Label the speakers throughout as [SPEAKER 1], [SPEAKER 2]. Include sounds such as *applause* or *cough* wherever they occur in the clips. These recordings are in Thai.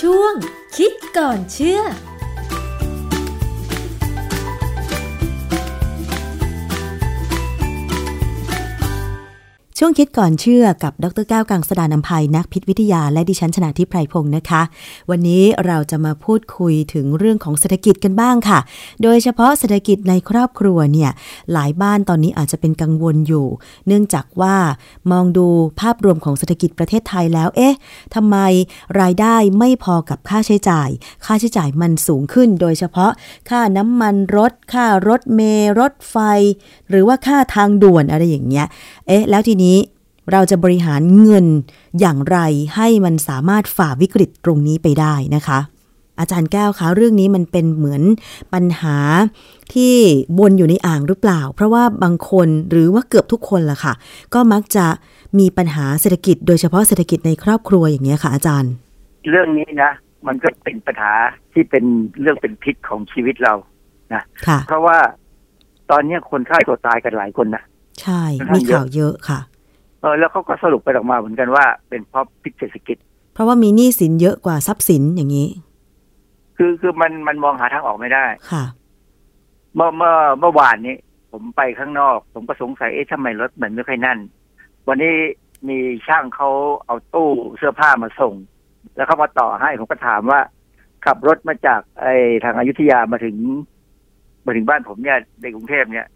[SPEAKER 1] ช่วง คิดก่อนเชื่อ
[SPEAKER 2] ช่วงคิดก่อนเชื่อกับดรแก้วกังสดานนภัยนักพิษวิทยาและดิฉันชนะทิพไพรพงศ์นะคะ วันนี้เราจะมาพูดคุยถึงเรื่องของเศรษฐกิจกันบ้างค่ะ โดยเฉพาะเศรษฐกิจในครอบครัวเนี่ยหลายบ้านตอนนี้อาจจะเป็นกังวลอยู่ เนื่องจากว่ามองดูภาพรวมของเศรษฐกิจประเทศไทยแล้วเอ๊ะทำไมรายได้ไม่พอกับค่าใช้จ่าย ค่าใช้จ่ายมันสูงขึ้น โดยเฉพาะค่าน้ำมันรถ ค่ารถเมล์รถไฟ หรือว่าค่าทางด่วนอะไรอย่างเงี้ย เอ๊ะ แล้วทีนี้เราจะบริหารเงินอย่างไรให้มันสามารถฝ่าวิกฤตตรงนี้ไปได้นะคะ อาจารย์แก้วคะเรื่องนี้มันเป็นเหมือนปัญหาที่วนอยู่ในอ่างหรือเปล่า เพราะว่าบางคนหรือว่าเกือบทุกคนล่ะค่ะ ก็มักจะมีปัญหาเศรษฐกิจ โดยเฉพาะเศรษฐกิจในครอบครัวอย่างเงี้ยค่ะอาจารย์
[SPEAKER 3] เรื่องนี้นะ มันก็เป็นปัญหาที่เป็นเรื่องเป็นพิษของชีวิตเรา
[SPEAKER 2] ค่ะ
[SPEAKER 3] เพราะว่าตอนเนี้ยคนฆ่าตัวตายกันหลายคนนะ
[SPEAKER 2] ใช่มีข่าวเยอะค่ะ
[SPEAKER 3] เออแล้วเขาก็สรุปไปออกมาเหมือนกันว่าเป็นเพราะพิษเศรษฐกิจ
[SPEAKER 2] เพราะว่ามีหนี้สินเยอะกว่าทรัพย์สินอย่างนี้
[SPEAKER 3] คือคือมันมันมองหาทางออกไม่ได้
[SPEAKER 2] ค่ะ
[SPEAKER 3] เมื่อเมื่อเมื่อวานนี้ ผมไปข้างนอก ผมก็สงสัยเอ๊ะทำไมรถมันไม่ค่อยนั่น วันนี้มีช่างเขาเอาตู้เสื้อผ้ามาส่ง แล้วเขามาต่อให้ผมก็ถามว่า ขับรถมาจากไอ้ทางอายุทยามาถึง มาถึงบ้านผมเนี่ยในกรุงเทพเนี่ย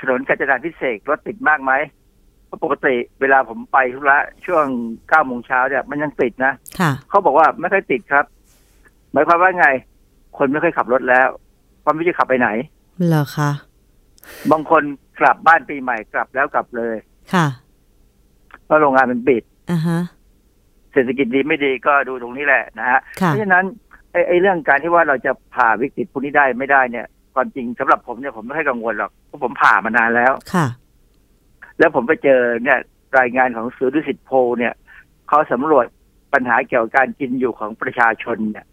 [SPEAKER 3] ถนนกาญจนาพิเศษกรถติดมากไหมเพราะปกติเวลาผมไปธุระช่วงเก้าโมงเช้าเนี่ยมันยังติดนะ
[SPEAKER 2] ค่ะ
[SPEAKER 3] เขาบอกว่าไม่ค่อยติดครับ หมายความว่าไง คนไม่ค่อยขับรถแล้วเพราะไม่รู้จะขับไปไหน
[SPEAKER 2] เหรอคะ
[SPEAKER 3] บางคนกลับบ้านปีใหม่กลับแล้วกลับเลย
[SPEAKER 2] ค่ะ
[SPEAKER 3] เพราะโรงงานมันปิด
[SPEAKER 2] อ่าฮะ
[SPEAKER 3] เศรษฐกิจดีไม่ดีก็ดูตรงนี้แหละนะฮะเพ
[SPEAKER 2] ค่ะ
[SPEAKER 3] ราะฉะนั้นไอ้ไอ้เรื่องการที่ว่าเราจะผ่าวิกฤตพวกนี้ได้ไม่ได้เนี่ยความจริงสำหรับผมเนี่ยผมไม่ค่อยกังวลหรอกเพราะผมผ่ามานานแล้ว
[SPEAKER 2] ค่ะ
[SPEAKER 3] แล้วผมไปเจอเนี่ยรายงานของสื่อดุสิตโพลเนี่ยเขาสำรวจปัญหาเกี่ยวกับการกินอยู่ของประชาชนเนี่ย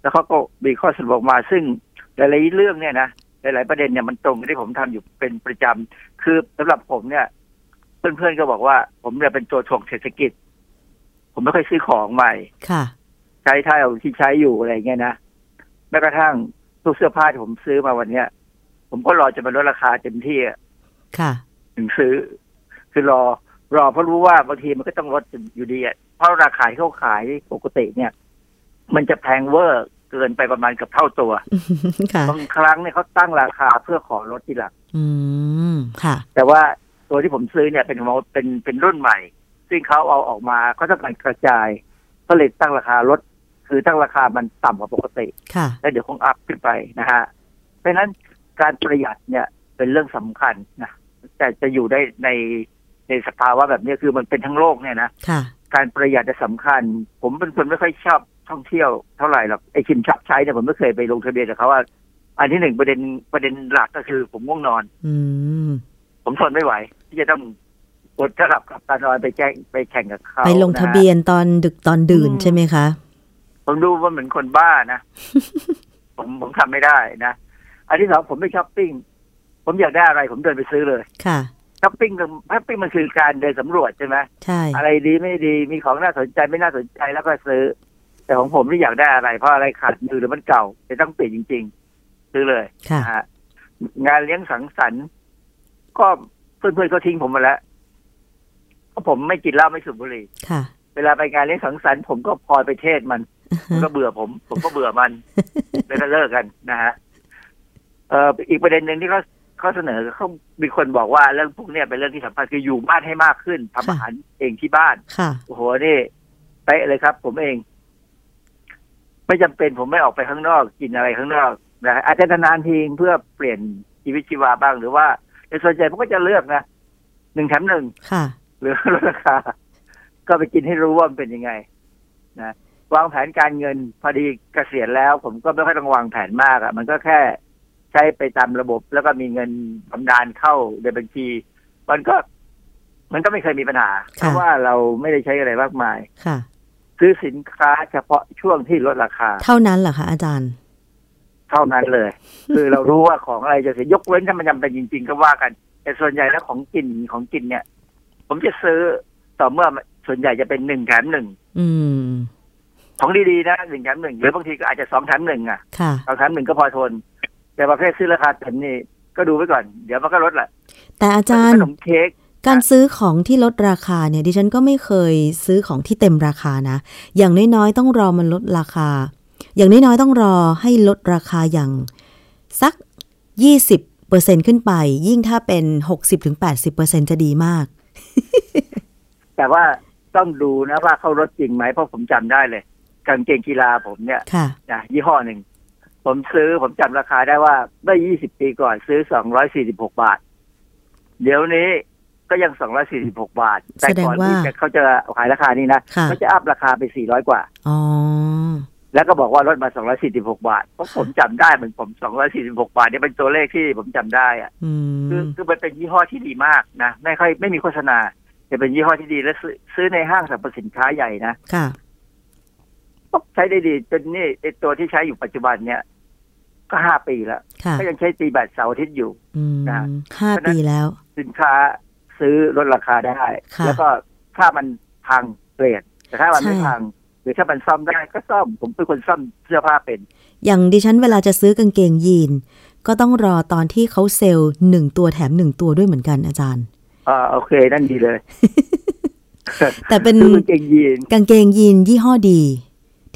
[SPEAKER 3] แล้วเขาก็มีข้อสรุปออกมาซึ่งหลายๆเรื่องเนี่ยนะหลายๆประเด็นเนี่ยมันตรงกับที่ผมทำอยู่เป็นประจำคือสำหรับผมเนี่ย เพื่อนๆก็บอกว่า ผมเนี่ยเป็นตัวถ่วงเศรษฐกิจ ผมไม่ค่อยซื้อของใหม่
[SPEAKER 2] ค่ะ
[SPEAKER 3] ใช้เท่าที่ใช้อยู่อะไรอย่างเงี้ยนะแม้กระทั่งตู้เสื้อผ้าที่ผมซื้อมาวันเนี้ย ผมก็รอจะมันลดราคาเต็มที่อะ
[SPEAKER 2] ค่ะ *laughs*
[SPEAKER 3] ถึงซื้อ คือรอรอเพราะรู้ว่าบางทีมันก็ต้องลดอยู่ดีอะเพราะราคาที่เขาขายปกติเนี่ย มันจะแพงเวอร์เกินไปประมาณเกับเท่าตัว
[SPEAKER 2] ค่ะ
[SPEAKER 3] บางครั้งเนี่ยเขาตั้งราคาเพื่อขอลดทีหลัง
[SPEAKER 2] อืม ค่ะ
[SPEAKER 3] แต่ว่าตัวที่ผมซื้อเนี่ยเป็นของเป็นเป็นรุ่นใหม่ ซึ่งเขาเอาออกมาเขาต้องการกระจาย ก็เลยตั้งราคาลดคือตั้งราคามันต่ำกว่าปกติ
[SPEAKER 2] ค่ะ
[SPEAKER 3] แล้วเดี๋ยวคงอัพขึ้นไปนะฮะ เพราะฉะนั้นการประหยัดเนี่ยเป็นเรื่องสำคัญนะ แต่จะอยู่ได้ในในสภาวะแบบนี้คือมันเป็นทั้งโลกเนี่ยนะ
[SPEAKER 2] ค่ะ
[SPEAKER 3] การประหยัดจะสำคัญ ผมเป็นคนไม่ค่อยชอบท่องเที่ยวเท่าไหร่หรอกไอชิมชอบใช้เนี่ยผมไม่เคยไปลงทะเบียนกับเขาว่า อันที่หนึ่งประเด็นประเด็นหลักก็คือผมง่วงนอน
[SPEAKER 2] อืม
[SPEAKER 3] ผมทนไม่ไหว ที่จะต้องอดสลับกับการนอนไปแจ้งไปแข่งกับเขา
[SPEAKER 2] ไปลง
[SPEAKER 3] นฮ
[SPEAKER 2] ทะเบียนตอนดึกตอนดื่น
[SPEAKER 3] อืม
[SPEAKER 2] ใช่ไหมคะ
[SPEAKER 3] ผมดูว่าเหมือนคนบ้านะ *laughs* ผมผมทำไม่ได้นะ อันที่สองผมไม่ช้อปปิ้ง ผมอยากได้อะไร ผมเดินไปซื้อเลย
[SPEAKER 2] ค่ะ
[SPEAKER 3] ช้อปปิ้งคือช้อปปิ้งมันคือการเดินสำรวจใช่ไหม
[SPEAKER 2] ใช่
[SPEAKER 3] อะไรดีไม่ดีมีของน่าสนใจไม่น่าสนใจแล้วก็ซื้อ แต่ของผมที่อยากได้อะไร เพราะอะไรขาดมือหรือมันเก่าจะต้องเปลี่ยนจริง ๆ ซื้อเลย
[SPEAKER 2] ค่ะ
[SPEAKER 3] นะฮะงานเลี้ยงสังสรรค์ ก็เพื่อนๆก็ทิ้งผมมาแล้วเพราะผมไม่กินเหล้าไม่สูบบุหรี่
[SPEAKER 2] ค่ะ
[SPEAKER 3] เวลาไปงานเลี้ยงสังสรรค์ผมก็พลอยไปเทศมัน มันก็เบื่อผม ผมก็เบื่อมันเลยก็เลิกกันนะฮะเอ่ออีกประเด็นหนึ่งที่เขาเขาเสนอเขามีคนบอกว่าเรื่องพวกเนี้ยเป็นเรื่องที่สำคัญคืออยู่บ้านให้มากขึ้นทำอาหารเองที่บ้าน
[SPEAKER 2] ค่ะ
[SPEAKER 3] โอ้โหนี่เป๊ะเลยครับ ผมเอง ไม่จำเป็นผมไม่ออกไปข้างนอก กินอะไรข้างนอกนะอาจจะนานๆทีเพื่อเปลี่ยนชีวิตชีวาบ้างหรือว่าแต่ส่วนใหญ่ผมก็จะเลือกนะหนึ่งแถมหนึ่ง
[SPEAKER 2] ค่ะ
[SPEAKER 3] หรือลดราค *laughs* า ก็ไปกินให้รู้ว่ามันเป็นยังไงนะวางแผนการเงินพอดีเกษียณแล้ว ผมก็ไม่ค่อยต้องวางแผนมากอะ่ะ มันก็แค่ใช้ไปตามระบบ แล้วก็มีเงินบำนาญเข้าในบัญชี มันก็ มันก็ไม่เคยมีปัญหา เพ
[SPEAKER 2] ค่ะ
[SPEAKER 3] ราะว่าเราไม่ได้ใช้อะไรมากมาย
[SPEAKER 2] ค่ะ
[SPEAKER 3] ซื้อสินค้าเฉพาะช่วงที่ลดราคา
[SPEAKER 2] เท่านั้นเหรอคะอาจารย์
[SPEAKER 3] เท่านั้น
[SPEAKER 2] *laughs*
[SPEAKER 3] เลย คือเรารู้ว่าของอะไรจะเสียยกเว้นถ้ามันจำเป็นจริง ๆ ก็ว่ากัน แต่ส่วนใหญ่แล้วของกินของกินเนี่ย ผมจะซื้อต่อเมื่อส่วนใหญ่จะเป็นหนึ่งแถมหนึ่ง
[SPEAKER 2] อืม
[SPEAKER 3] ของดีๆนะหนึ่งแถมหนึ่งหรือบางทีก็อาจจะสองแถมหนึ่งอ่ะ
[SPEAKER 2] ค่ะ
[SPEAKER 3] สองแถมหนึ่งก็พอทน แต่ประเภทซื้อราคาเต็มนี่ก็ดูไว้ก่อน เดี๋ยวมันก็ลดแหละ
[SPEAKER 2] แต่อาจาร
[SPEAKER 3] ข
[SPEAKER 2] ย์
[SPEAKER 3] นมเค้ก
[SPEAKER 2] การซื้อของที่ลดราคาเนี่ยดิฉันก็ไม่เคยซื้อของที่เต็มราคานะ อย่างน้อยๆต้องรอมันลดราคา อย่างน้อยๆต้องรอให้ลดราคาอย่างสัก 20%ขึ้นไป ยิ่งถ้าเป็น 60-80%จะดีมาก
[SPEAKER 3] แต่ว่าต้องดูนะว่าเขาลดจริงไหมเพราะผมจำได้เลยกางเกงกีฬาผมเนี่ย
[SPEAKER 2] ค่ะ
[SPEAKER 3] นะยี่ห้อหนึ่ง ผมซื้อผมจำราคาได้ว่าเมื่อ20 ปีก่อนซื้อ 246 บาท เดี๋ยวนี้ก็ยัง 246 บาท แต่ก่อ
[SPEAKER 2] แสด
[SPEAKER 3] น
[SPEAKER 2] งว่า
[SPEAKER 3] ที่จะเขาจะขายราคานี้นะ
[SPEAKER 2] ค่ะ
[SPEAKER 3] เขาจะอัพราคาไป 400 กว่า
[SPEAKER 2] อ๋อ
[SPEAKER 3] แล้วก็บอกว่าลดมา 246 บาทเพราะผมจำได้เหมือนผม 246 บาทเนี่ยเป็นตัวเลขที่ผมจำได้อะ
[SPEAKER 2] อื
[SPEAKER 3] คือ
[SPEAKER 2] ม
[SPEAKER 3] คือมันเป็นยี่ห้อที่ดีมากนะไม่ค่อยไม่มีโฆษณาแต่เป็นยี่ห้อที่ดีและซื้อซื้อในห้างสรรพสินค้าใหญ่นะ
[SPEAKER 2] ค่ะ
[SPEAKER 3] ก็ใช้ได้ดีจนนี่ไอตัวที่ใช้อยู่ปัจจุบันเนี่ย ก็ห้าปีแล้ว
[SPEAKER 2] ค่ะ
[SPEAKER 3] ก็ยังใช้ตีแบตเสาร์อาทิตย์อยู่
[SPEAKER 2] อืม
[SPEAKER 3] นะ
[SPEAKER 2] ห้า
[SPEAKER 3] เพราะฉะนั้น
[SPEAKER 2] ปีแล้ว
[SPEAKER 3] สินค้าซื้อลดราคาได้
[SPEAKER 2] ค่ะ
[SPEAKER 3] แล้วก็ถ้ามันพังเปลี่ยน แต่ถ้ามัน
[SPEAKER 2] ใช่
[SPEAKER 3] ไม่พัง หรือถ้ามันซ่อมได้ก็ซ่อมผมเป็นคนซ่อมเสื้อผ้าเป็น
[SPEAKER 2] อย่างดิฉันเวลาจะซื้อกางเกงยีน ก็ต้องรอตอนที่เขาเซลล์หนึ่งตัวแถมหนึ่งตัวด้วยเหมือนกันอาจารย์
[SPEAKER 3] อ่าโอเคนั่นดีเลย
[SPEAKER 2] แต่เป็น
[SPEAKER 3] ซื้อกางเกงยีน
[SPEAKER 2] กางเกงยีนยี่ห้อดี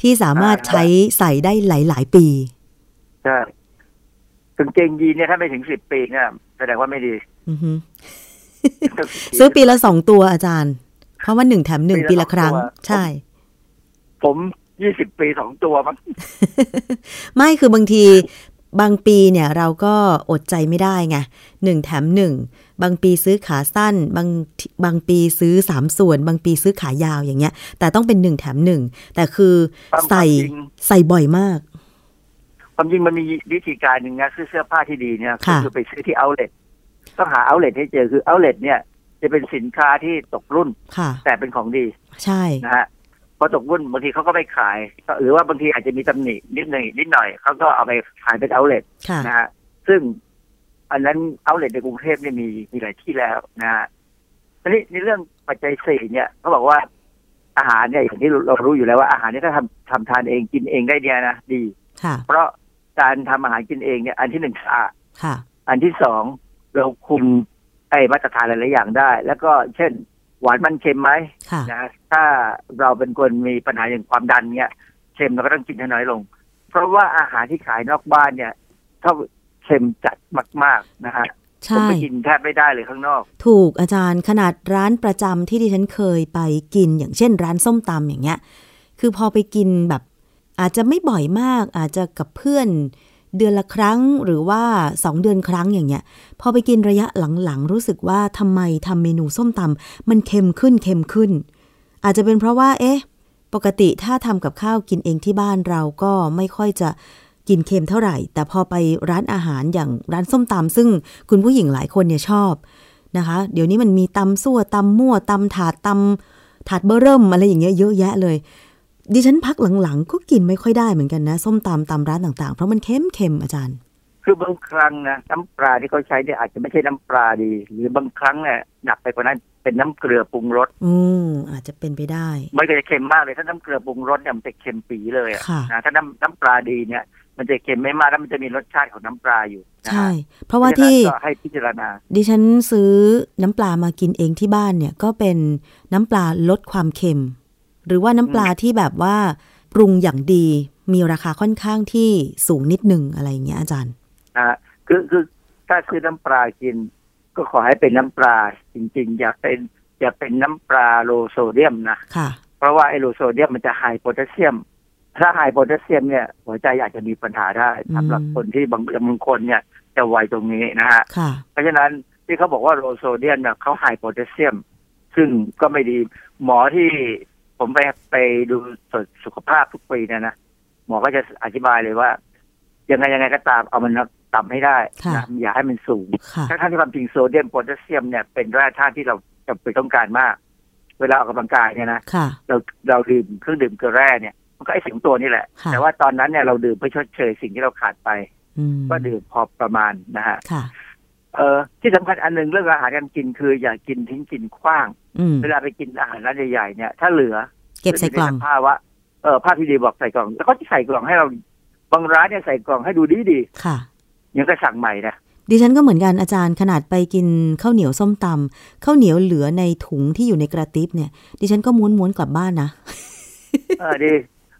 [SPEAKER 2] ที่สามารถใช้ใส่ได้หลาย ๆ ปี
[SPEAKER 3] ใช่กางเกงยีนเนี่ยถ้าไม่ถึงสิบปีเนี่ยแสดงว่าไม่ดี
[SPEAKER 2] อือฮึ *laughs* ซื้อปีละสองตัวอาจารย์ เพราะว่าหนึ่งแถมหนึ่ง
[SPEAKER 3] ปี
[SPEAKER 2] ปี
[SPEAKER 3] ละ
[SPEAKER 2] ละครั้ง
[SPEAKER 3] สองตัว
[SPEAKER 2] ใช่
[SPEAKER 3] ผมยี่สิบปีสองตัวมั้ง
[SPEAKER 2] ไม่คือบางทีบางปีเนี่ยเราก็อดใจไม่ได้ไงหนึ่งแถมหนึ่งบางปีซื้อขาสั้น บางทีบางปีซื้อสามส่วน บางปีซื้อขายาวอย่างเงี้ย แต่ต้องเป็นหนึ่งแถมหนึ่งแต่คือใส่ใส่บ่อยมาก
[SPEAKER 3] ความจริงมันมีวิธีการหนึ่งนะซื้อเสื้อผ้าที่ดีเนี่ย
[SPEAKER 2] ค่ะ
[SPEAKER 3] คือไปซื้อที่เอาเล t ต้องหาเอาเล t ให้เจอคือเอาเล t เนี่ย จะเป็นสินค้าที่ตกรุ่น
[SPEAKER 2] ค่ะ
[SPEAKER 3] แต่เป็นของดี
[SPEAKER 2] ใช่
[SPEAKER 3] นะฮะพอตกรุ่นบางทีเขาก็ไม่ขายก็หรือว่าบางทีอาจจะมีตำหนินิดหน่อยนิดหน่อยเขาก็เอาไปขายเป็นเอาเล t
[SPEAKER 2] ค่ะ
[SPEAKER 3] นะฮะซึ่งอันนั้นเอาเลทในกรุงเทพเนี่ยมีมีหลายที่แล้วนะฮะทีนี้ในเรื่องปัจจัยสี่เนี่ยเขาบอกว่าอาหารเนี่ยอย่างที่เรารู้อยู่แล้วว่าอาหารเนี่ยถ้าทำทำทานเองกินเองได้เนี่ยนะดี
[SPEAKER 2] ค่ะ
[SPEAKER 3] เพราะการทำอาหารกินเองเนี่ยอันที่หนึ่งสะอาด
[SPEAKER 2] ค่ะ
[SPEAKER 3] อันที่สองเราคุมไอ้มาตรฐานหลายๆอย่างได้ แล้วก็เช่น หวานมันเค็มไหม
[SPEAKER 2] ค่ะ
[SPEAKER 3] นะฮะถ้าเราเป็นคนมีปัญหาอย่างความดันเนี่ยเค็มเราก็ต้องกินให้น้อยลง เพราะว่าอาหารที่ขายนอกบ้านเนี่ยถ้าเค็มจัดมาก ๆนะฮะ ผม
[SPEAKER 2] ใช่
[SPEAKER 3] ไปกินแทบไม่ได้เลยข้างนอก
[SPEAKER 2] ถูกอาจารย์ขนาดร้านประจำที่ดิฉันเคยไปกินอย่างเช่น ร้านส้มตำอย่างเงี้ย คือพอไปกินแบบ อาจจะไม่บ่อยมาก อาจจะกับเพื่อน เดือนละครั้งหรือว่าสองเดือนครั้งอย่างเงี้ย พอไปกินระยะหลังๆ รู้สึกว่าทำไมทำเมนูส้มตำมันเค็มขึ้นเค็มขึ้น อาจจะเป็นเพราะว่า เอ๊ะ ปกติถ้าทำกับข้าวกินเองที่บ้านเราก็ไม่ค่อยจะกินเค็มเท่าไหร่ แต่พอไปร้านอาหารอย่างร้านส้มตำซึ่งคุณผู้หญิงหลายคนเนี่ยชอบ นะคะ เดี๋ยวนี้มันมีตำซั่วตำมั่วตำถาดตำถาดเบอร์เริ่มอะไรอย่างเงี้ยเยอะแยะเลย ดิฉันพักหลังๆ ก็กินไม่ค่อยได้เหมือนกันนะ ส้มตำตำร้านต่างๆ เพราะมันเค็มเค็มๆอาจารย์
[SPEAKER 3] คือบางครั้งนะน้ำปลาที่เขาใช้เนี่ยอาจจะไม่ใช่น้ำปลาดี หรือบางครั้งเนี่ยหนักไปกว่านั้นเป็นน้ำเกลือปรุงรส
[SPEAKER 2] อืมอาจจะเป็นไปได้
[SPEAKER 3] มันก็จะเค็มมากเลยถ้าน้ำเกลือปรุงรสเนี่ยมันจะเค็มปีเลยอะ
[SPEAKER 2] ค่ะ
[SPEAKER 3] นะถ้าน้ำน้ำปลาดีเนี่ย มันจะเค็มไม่มากแล้วมันจะมีรสชาติของน้ำปลาอยู่นะ
[SPEAKER 2] ใช่
[SPEAKER 3] ฮะ
[SPEAKER 2] เพราะว่าที่
[SPEAKER 3] เพระฉะนั้นก็ให้พิจารณา
[SPEAKER 2] ดิฉันซื้อน้ำปลามากินเองที่บ้านเนี่ยก็เป็นน้ำปลาลดความเค็ม หรือว่าน้ำปลาที่แบบว่าปรุงอย่างดีมีราคาค่อนข้างที่สูงนิดหนึ่งอะไรอย่างเงี้ยอาจารย์
[SPEAKER 3] นะฮะคือคือถ้าซื้อน้ำปลากิน ก็ขอให้เป็นน้ำปลาจริงๆ อย่าเป็นอย่าเป็นน้ำปลาโลโซเดียมนะ
[SPEAKER 2] ค่ะ
[SPEAKER 3] เพราะว่าไอโลโซเดียมมันจะไฮโพแทสเซียม ถ้าไฮโพแทสเซียมเนี่ย หัวใจอาจจะมีปัญหาได้
[SPEAKER 2] อืม
[SPEAKER 3] สำหรับคนที่บางบางคนเนี่ย จะไวตรงนี้นะฮะ
[SPEAKER 2] ค่ะ
[SPEAKER 3] เพราะฉะนั้นที่เขาบอกว่าโลโซเดียมเนี่ยเขาไฮโพแทสเซียม ซึ่งก็ไม่ดีหมอที่ผมไปไปดูตรวจสุขภาพทุกปีเนะนะ หมอก็จะอธิบายเลยว่า ยังไงยังไงก็ตามเอามันต่ำให้ได้
[SPEAKER 2] ค่ะ
[SPEAKER 3] นะอย่าให้มันสูง
[SPEAKER 2] ค่ะ
[SPEAKER 3] ทั้งๆที่ความจริงโซเดียมโพแทสเซียมเนี่ยเป็นแร่ธาตุที่เราจำเป็นต้องการมาก เวลาออกกำลังกายเนี่ยนะ
[SPEAKER 2] ค่ะ
[SPEAKER 3] เราเราดื่มเครื่องดื่มเกลือแร่เนี่ยมันก็ไอ้สิ่งตัวนี่แหละ
[SPEAKER 2] ค่ะ
[SPEAKER 3] แต่ว่าตอนนั้นเนี่ยเราดื่มเพื่อชดเชยสิ่งที่เราขาดไป
[SPEAKER 2] อืม
[SPEAKER 3] ก็ดื่มพอประมาณนะฮะ
[SPEAKER 2] ค่ะ
[SPEAKER 3] เออที่สำคัญอันหนึงเรื่องอาหารการกินคืออย่ากินทิ้งกินขว้าง
[SPEAKER 2] อืม
[SPEAKER 3] เวลาไปกินอาหารร้านใหญ่ๆเนี่ยถ้าเหลือ
[SPEAKER 2] เก็บใส่กล่อง
[SPEAKER 3] ยู่ในสภาวะ เออภาพที่ดีบอกใส่กล่องแล้วก็จะใส่กล่องให้เราบางร้านเนี่ยใส่กล่องให้ดูดีดี
[SPEAKER 2] ค่ะ
[SPEAKER 3] ๆยังก็สั่งใหม่นะ
[SPEAKER 2] ดิฉันก็เหมือนกันอาจารย์ขนาดไปกินข้าวเหนียวส้มตำข้าวเหนียวเหลือในถุงที่อยู่ในกระติบเนี่ย ดิฉันก็ม้วนๆกลับบ้านนะ
[SPEAKER 3] เออดี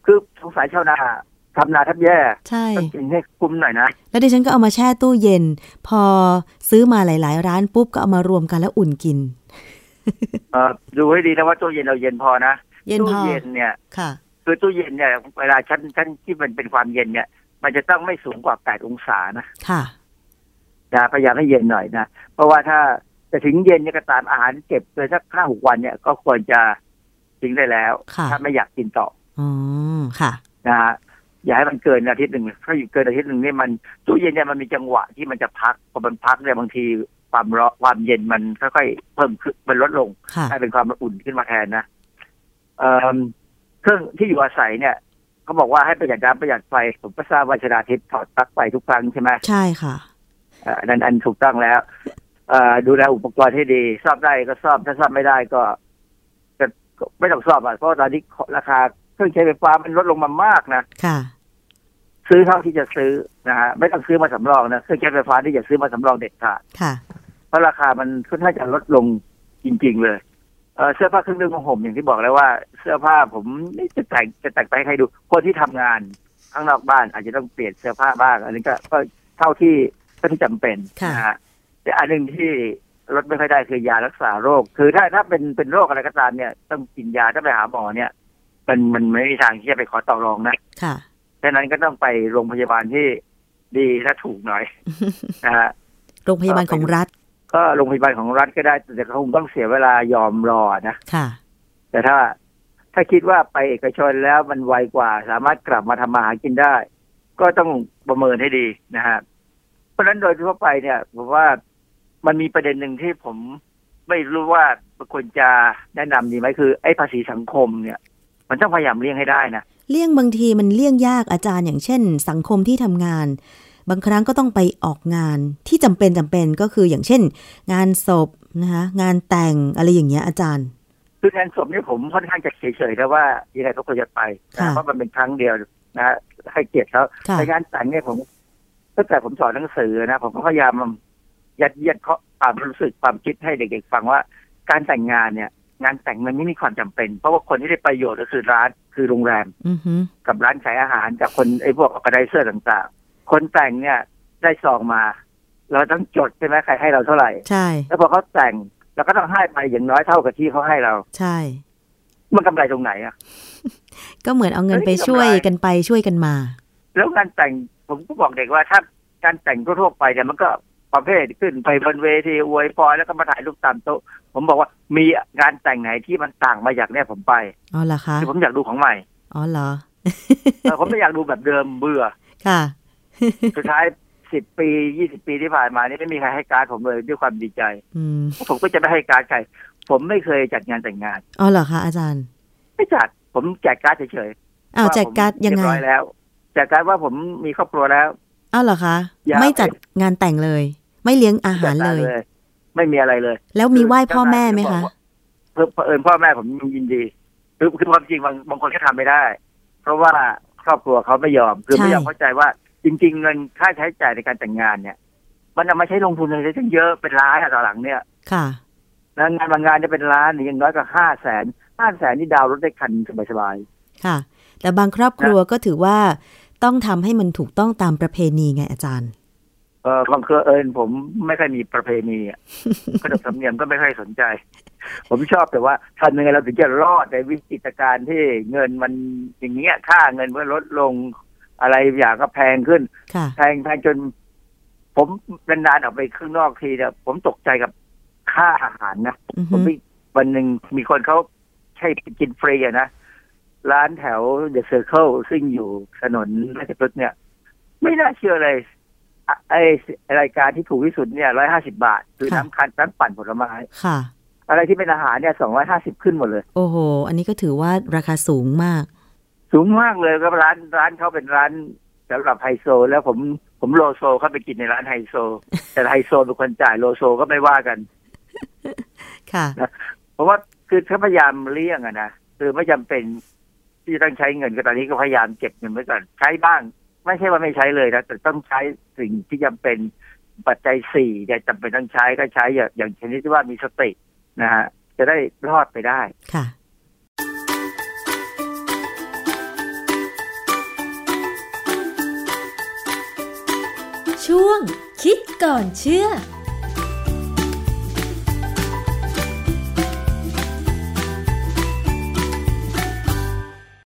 [SPEAKER 3] คือสงสัยชาวนาทำนาทับแย่
[SPEAKER 2] ใช่
[SPEAKER 3] ต้องกินให้คุ้มหน่อยนะ
[SPEAKER 2] แล้วดิฉันก็เอามาแช่ตู้เย็น พอซื้อมาหลาย ๆ ร้านปุ๊บก็เอามารวมกันแล้วอุ่นกิน
[SPEAKER 3] เออดูให้ดีนะว่าตู้เย็นเราเย็นพอนะ
[SPEAKER 2] เย็น
[SPEAKER 3] ตู้
[SPEAKER 2] พอ
[SPEAKER 3] เย็นเนี่ย
[SPEAKER 2] ค่ะ
[SPEAKER 3] คือตู้เย็นเนี่ยเวลาชั้นชั้นที่มันเป็นความเย็นเนี่ย มันจะต้องไม่สูงกว่า 8 องศานะ
[SPEAKER 2] ค่ะ
[SPEAKER 3] นะพยายามให้เย็นหน่อยนะ เพราะว่าถ้าจะถึงเย็นเนี่ยก็ตามอาหารเก็บเลยสักห้าหกวันเนี่ยก็ควรจะทิ้งได้แล้ว
[SPEAKER 2] ค่ะ
[SPEAKER 3] ถ้าไม่อยากกินต่อ
[SPEAKER 2] อ๋อ ค่ะ
[SPEAKER 3] นะฮะอย่าให้มันเกินอาทิตย์หนึ่งถ้าอยู่เกินอาทิตย์หนึ่งเนี่ยมันตู้เย็นเนี่ยมันมีจังหวะที่มันจะพักพอมันพักเนี่ยบางทีความร้อนความเย็นมันค่อยๆเพิ่มขึ้นมันลดลง
[SPEAKER 2] ค่ะ
[SPEAKER 3] ให้เป็นความอุ่นขึ้นมาแทนนะเอิ่มเครื่องที่อยู่อาศัยเนี่ยเขาบอกว่าให้ประหยัดน้ำประหยัดไฟ ผมก็ทราบว่าชนาทิพย์ถอดปลั๊กไฟทุกครั้งใช่ไหม
[SPEAKER 2] ใช่ค่ะ
[SPEAKER 3] เอ่ออันนั้นอันถูกต้องแล้วเอ่อดูแลอุปกรณ์ให้ดีซ่อมได้ก็ซ่อมถ้าซ่อมไม่ได้ก็ก็ก็ไม่ต้องซ่อมอ่ะเพราะตอนนี้ราคาเครื่องใช้ไฟฟ้ามันลดลงมามากนะ
[SPEAKER 2] ค่ะ
[SPEAKER 3] ซื้อเท่าที่จะซื้อนะฮะไม่ต้องซื้อมาสำรองนะเครื่องใช้ไฟฟ้าที่จะซื้อมาสำรองเด็ดขาด
[SPEAKER 2] ค่ะ
[SPEAKER 3] เพราะราคามันค่อนข้างจะลดลงจริง ๆ เลยเอ่อเสื้อผ้าเครื่องนุ่งของผมอย่างที่บอกแล้วว่า เสื้อผ้าผมนี่จะแต่งจะแต่งไปให้ใครดู คนที่ทำงานข้างนอกบ้าน อาจจะต้องเปลี่ยนเสื้อผ้าบ้าง อันนี้ก็ก็เท่าที่เท่าที่จำเป็น
[SPEAKER 2] ค่ะ
[SPEAKER 3] นะฮะแต่อันหนึ่งที่ลดไม่ค่อยได้คือยารักษาโรค คือถ้าถ้าเป็นเป็นโรคอะไรก็ตามเนี่ย ต้องกินยาถ้าไปหาหมอเนี่ย มันมันไม่มีทางที่จะไปขอต่อรองนะ
[SPEAKER 2] ค่ะ
[SPEAKER 3] ดังนั้นก็ต้องไปโรงพยาบาลที่ดีและถูกห
[SPEAKER 2] *laughs*
[SPEAKER 3] น่อยนะฮะ
[SPEAKER 2] โรงพยาบาลของรัฐ
[SPEAKER 3] ก็โรงพยาบาลของรัฐก็ได้ แต่ก็คงต้องเสียเวลายอมรอนะ
[SPEAKER 2] ค่ะ
[SPEAKER 3] แต่ถ้าถ้าคิดว่าไปเอกชนแล้วมันไวกว่า สามารถกลับมาทำมาหากินได้ ก็ต้องประเมินให้ดีนะฮะเพราะฉะนั้นโดยทั่วไปเนี่ยผมว่ามันมีประเด็นหนึ่งที่ผมไม่รู้ว่าควรจะแนะนำดีไหมคือไอ้ภาษีสังคมเนี่ย มันต้องพยายามเลี่ยงให้ได้นะ
[SPEAKER 2] เลี่ยงบางทีมันเลี่ยงยากอาจารย์อย่างเช่น สังคมที่ทำงาน บางครั้งก็ต้องไปออกงานที่จำเป็นจำเป็นก็คืออย่างเช่น งานศพนะคะงานแต่งอะไรอย่างเงี้ยอาจารย์
[SPEAKER 3] คืองานศพนี่ผมค่อนข้างจะเฉยๆนะว่ายังไงก็ควรจะไปนะ
[SPEAKER 2] ค่ะ
[SPEAKER 3] เพราะมันเป็นครั้งเดียวนะฮะให้เกียรติเขา
[SPEAKER 2] ค่ะ
[SPEAKER 3] แต่งานแต่งเนี่ยผมตั้งแต่ผมสอนหนังสือนะผมก็พยายามยัดเยียดเขาความรู้สึกความคิดให้เด็กๆฟังว่า การแต่งงานเนี่ย งานแต่งมันไม่มีความจำเป็น เพราะว่าคนที่ได้ประโยชน์ก็คือร้านคือโรงแรม
[SPEAKER 2] อือฮึ
[SPEAKER 3] กับร้านขายอาหารกับคนไอ้พวกกระไดเซอร์ต่างๆ คนแต่งเนี่ยได้ซองมา เราต้องจดใช่ไหมใครให้เราเท่าไหร่
[SPEAKER 2] ใช่
[SPEAKER 3] แล้วพอเขาแต่งเราก็ต้องให้ไปอย่างน้อยเท่ากับที่เขาให้เรา
[SPEAKER 2] ใช่
[SPEAKER 3] มันกำไรตรงไหนอะ
[SPEAKER 2] ก็เหมือนเอาเงิน
[SPEAKER 3] เอ้ย
[SPEAKER 2] ไปช่วย
[SPEAKER 3] ทำลาย
[SPEAKER 2] กันไปช่วยกันมา
[SPEAKER 3] แล้วงานแต่งผมก็บอกเด็กว่าถ้าการแต่งทั่วๆไปเนี่ยมันก็ประเภทขึ้นไปบนเวทีอวยพรแล้วก็มาถ่ายรูปตามโต๊ะผมบอกว่ามีงานแต่งไหนที่มันต่างมาจากเนี่ยผมไป
[SPEAKER 2] อ๋อเหรอคะ
[SPEAKER 3] คือผมอยากดูของใหม่
[SPEAKER 2] อ๋อเหรอ
[SPEAKER 3] เออผมไม่อยากดูแบบเดิมเบื่อ
[SPEAKER 2] ค่ะ
[SPEAKER 3] สุดท้ายสิบปียี่สิบปีที่ผ่านมานี่ไม่มีใครให้การดผมเลยด้วยความดีใจ
[SPEAKER 2] อืม
[SPEAKER 3] ผมก็จะไม่ให้การดใครผมไม่เคยจัดงานแต่งงาน
[SPEAKER 2] อ๋อเหรอคะอาจารย์
[SPEAKER 3] ไม่จัดผมแจกการ์ดเฉยๆ
[SPEAKER 2] อ้าว
[SPEAKER 3] ว่
[SPEAKER 2] แจกการ์ด
[SPEAKER 3] ผม
[SPEAKER 2] ยังไง
[SPEAKER 3] เรีบร้อยแล้วแจกการ์ดว่าผมมีครอบครัวแล้ว
[SPEAKER 2] อ้าวเหรอคะ
[SPEAKER 3] อยาก
[SPEAKER 2] ไม่จัดงานแต่งเลย ไม่เลี้ยงอาหารเลย
[SPEAKER 3] แจกกดไม่มีอะไรเลย
[SPEAKER 2] แล้วมีไหว้พ่อแม่ไหมคะ
[SPEAKER 3] เพื่อเผอิญพ่อแม่ผมยินดีคือคือความจริงบางบางคนก็ทำไม่ได้ เพราะว่าครอบครัวเขาไม่ยอม คือ
[SPEAKER 2] ใช่
[SPEAKER 3] ไม่ยอมเข้าใจว่า จริง ๆ เงินค่าใช้จ่ายในการแต่งงานเนี่ย มันเอามาใช้ลงทุนอะไรตั้งเยอะเป็นล้านอะต่อหลังเนี่ย
[SPEAKER 2] ค่ะ
[SPEAKER 3] แล้วงานบางงานจะเป็นล้านหรืออยังน้อยก็ห้าแสนห้าแสนนี่ดาวน์รถได้คันสบาย
[SPEAKER 2] ค่ะ แต่บางครอบครัวก็ถือว่าต้องทำให้มันถูกต้องตามประเพณีไงอาจารย์
[SPEAKER 3] ๆเออบางเครือเอิญผมไม่ค่อยมีประเพณีอะ ขนบธรรมเนียมก็ไม่ค่อยสนใจ ผมชอบแต่ว่าทำยังไงเราถึงจะรอดในวิกฤตการณ์ที่เงินมันอย่างเงี้ยค่าเงินมันลดลงอะไรอย่างก็แพงขึ้น
[SPEAKER 2] ค่ะ
[SPEAKER 3] แพงแพงจน ผมนานๆออกไปข้างนอกทีเนี่ยผมตกใจกับค่าอาหารนะ
[SPEAKER 2] อือ
[SPEAKER 3] ผม
[SPEAKER 2] ฮึ
[SPEAKER 3] มีวันหนึ่งมีคนเขาใช่กินฟรีอะนะ ร้านแถวเดอะเซอร์เคิลซึ่งอยู่ถนนราชพฤกษ์เนี่ย ไม่น่าเชื่อเลยอะไอรายการที่ถูกที่สุดเนี่ยร้อยห้าสิบาท คือน้ำคันน้ำปั่นผลไม้
[SPEAKER 2] ค่ะ
[SPEAKER 3] อะไรที่เป็นอาหารเนี่ยสองร้อยห้าสิบขึ้นหมดเลย
[SPEAKER 2] โอ้โห อันนี้ก็ถือว่าราคาสูงมาก
[SPEAKER 3] สูงมากเลยครับร้านร้านเขาเป็นร้านสำหรับไฮโซ แล้วผมผมโลโซเข้าไปกินในร้านไฮโซ แต่ไฮโซเป็นคนจ่ายโลโซก็ไม่ว่ากัน
[SPEAKER 2] ค่ะ
[SPEAKER 3] เพราะว่าคือเขาพยายามเลี่ยงอะนะคือไม่จำเป็น ที่ต้องใช้เงินก็ตอนนี้ก็พยายามเก็บเงินไว้ก่อนใช้บ้าง ไม่ใช่ว่าไม่ใช้เลยนะแต่ต้องใช้สิ่งที่จำเป็นปัจจัยสี่จะจำเป็นต้องใช้ก็ใช้อย่างอย่างชนิดที่ว่ามีสตินะฮะจะได้รอดไปได้
[SPEAKER 2] ค่ะ
[SPEAKER 1] ช่วงคิดก่อนเชื่อ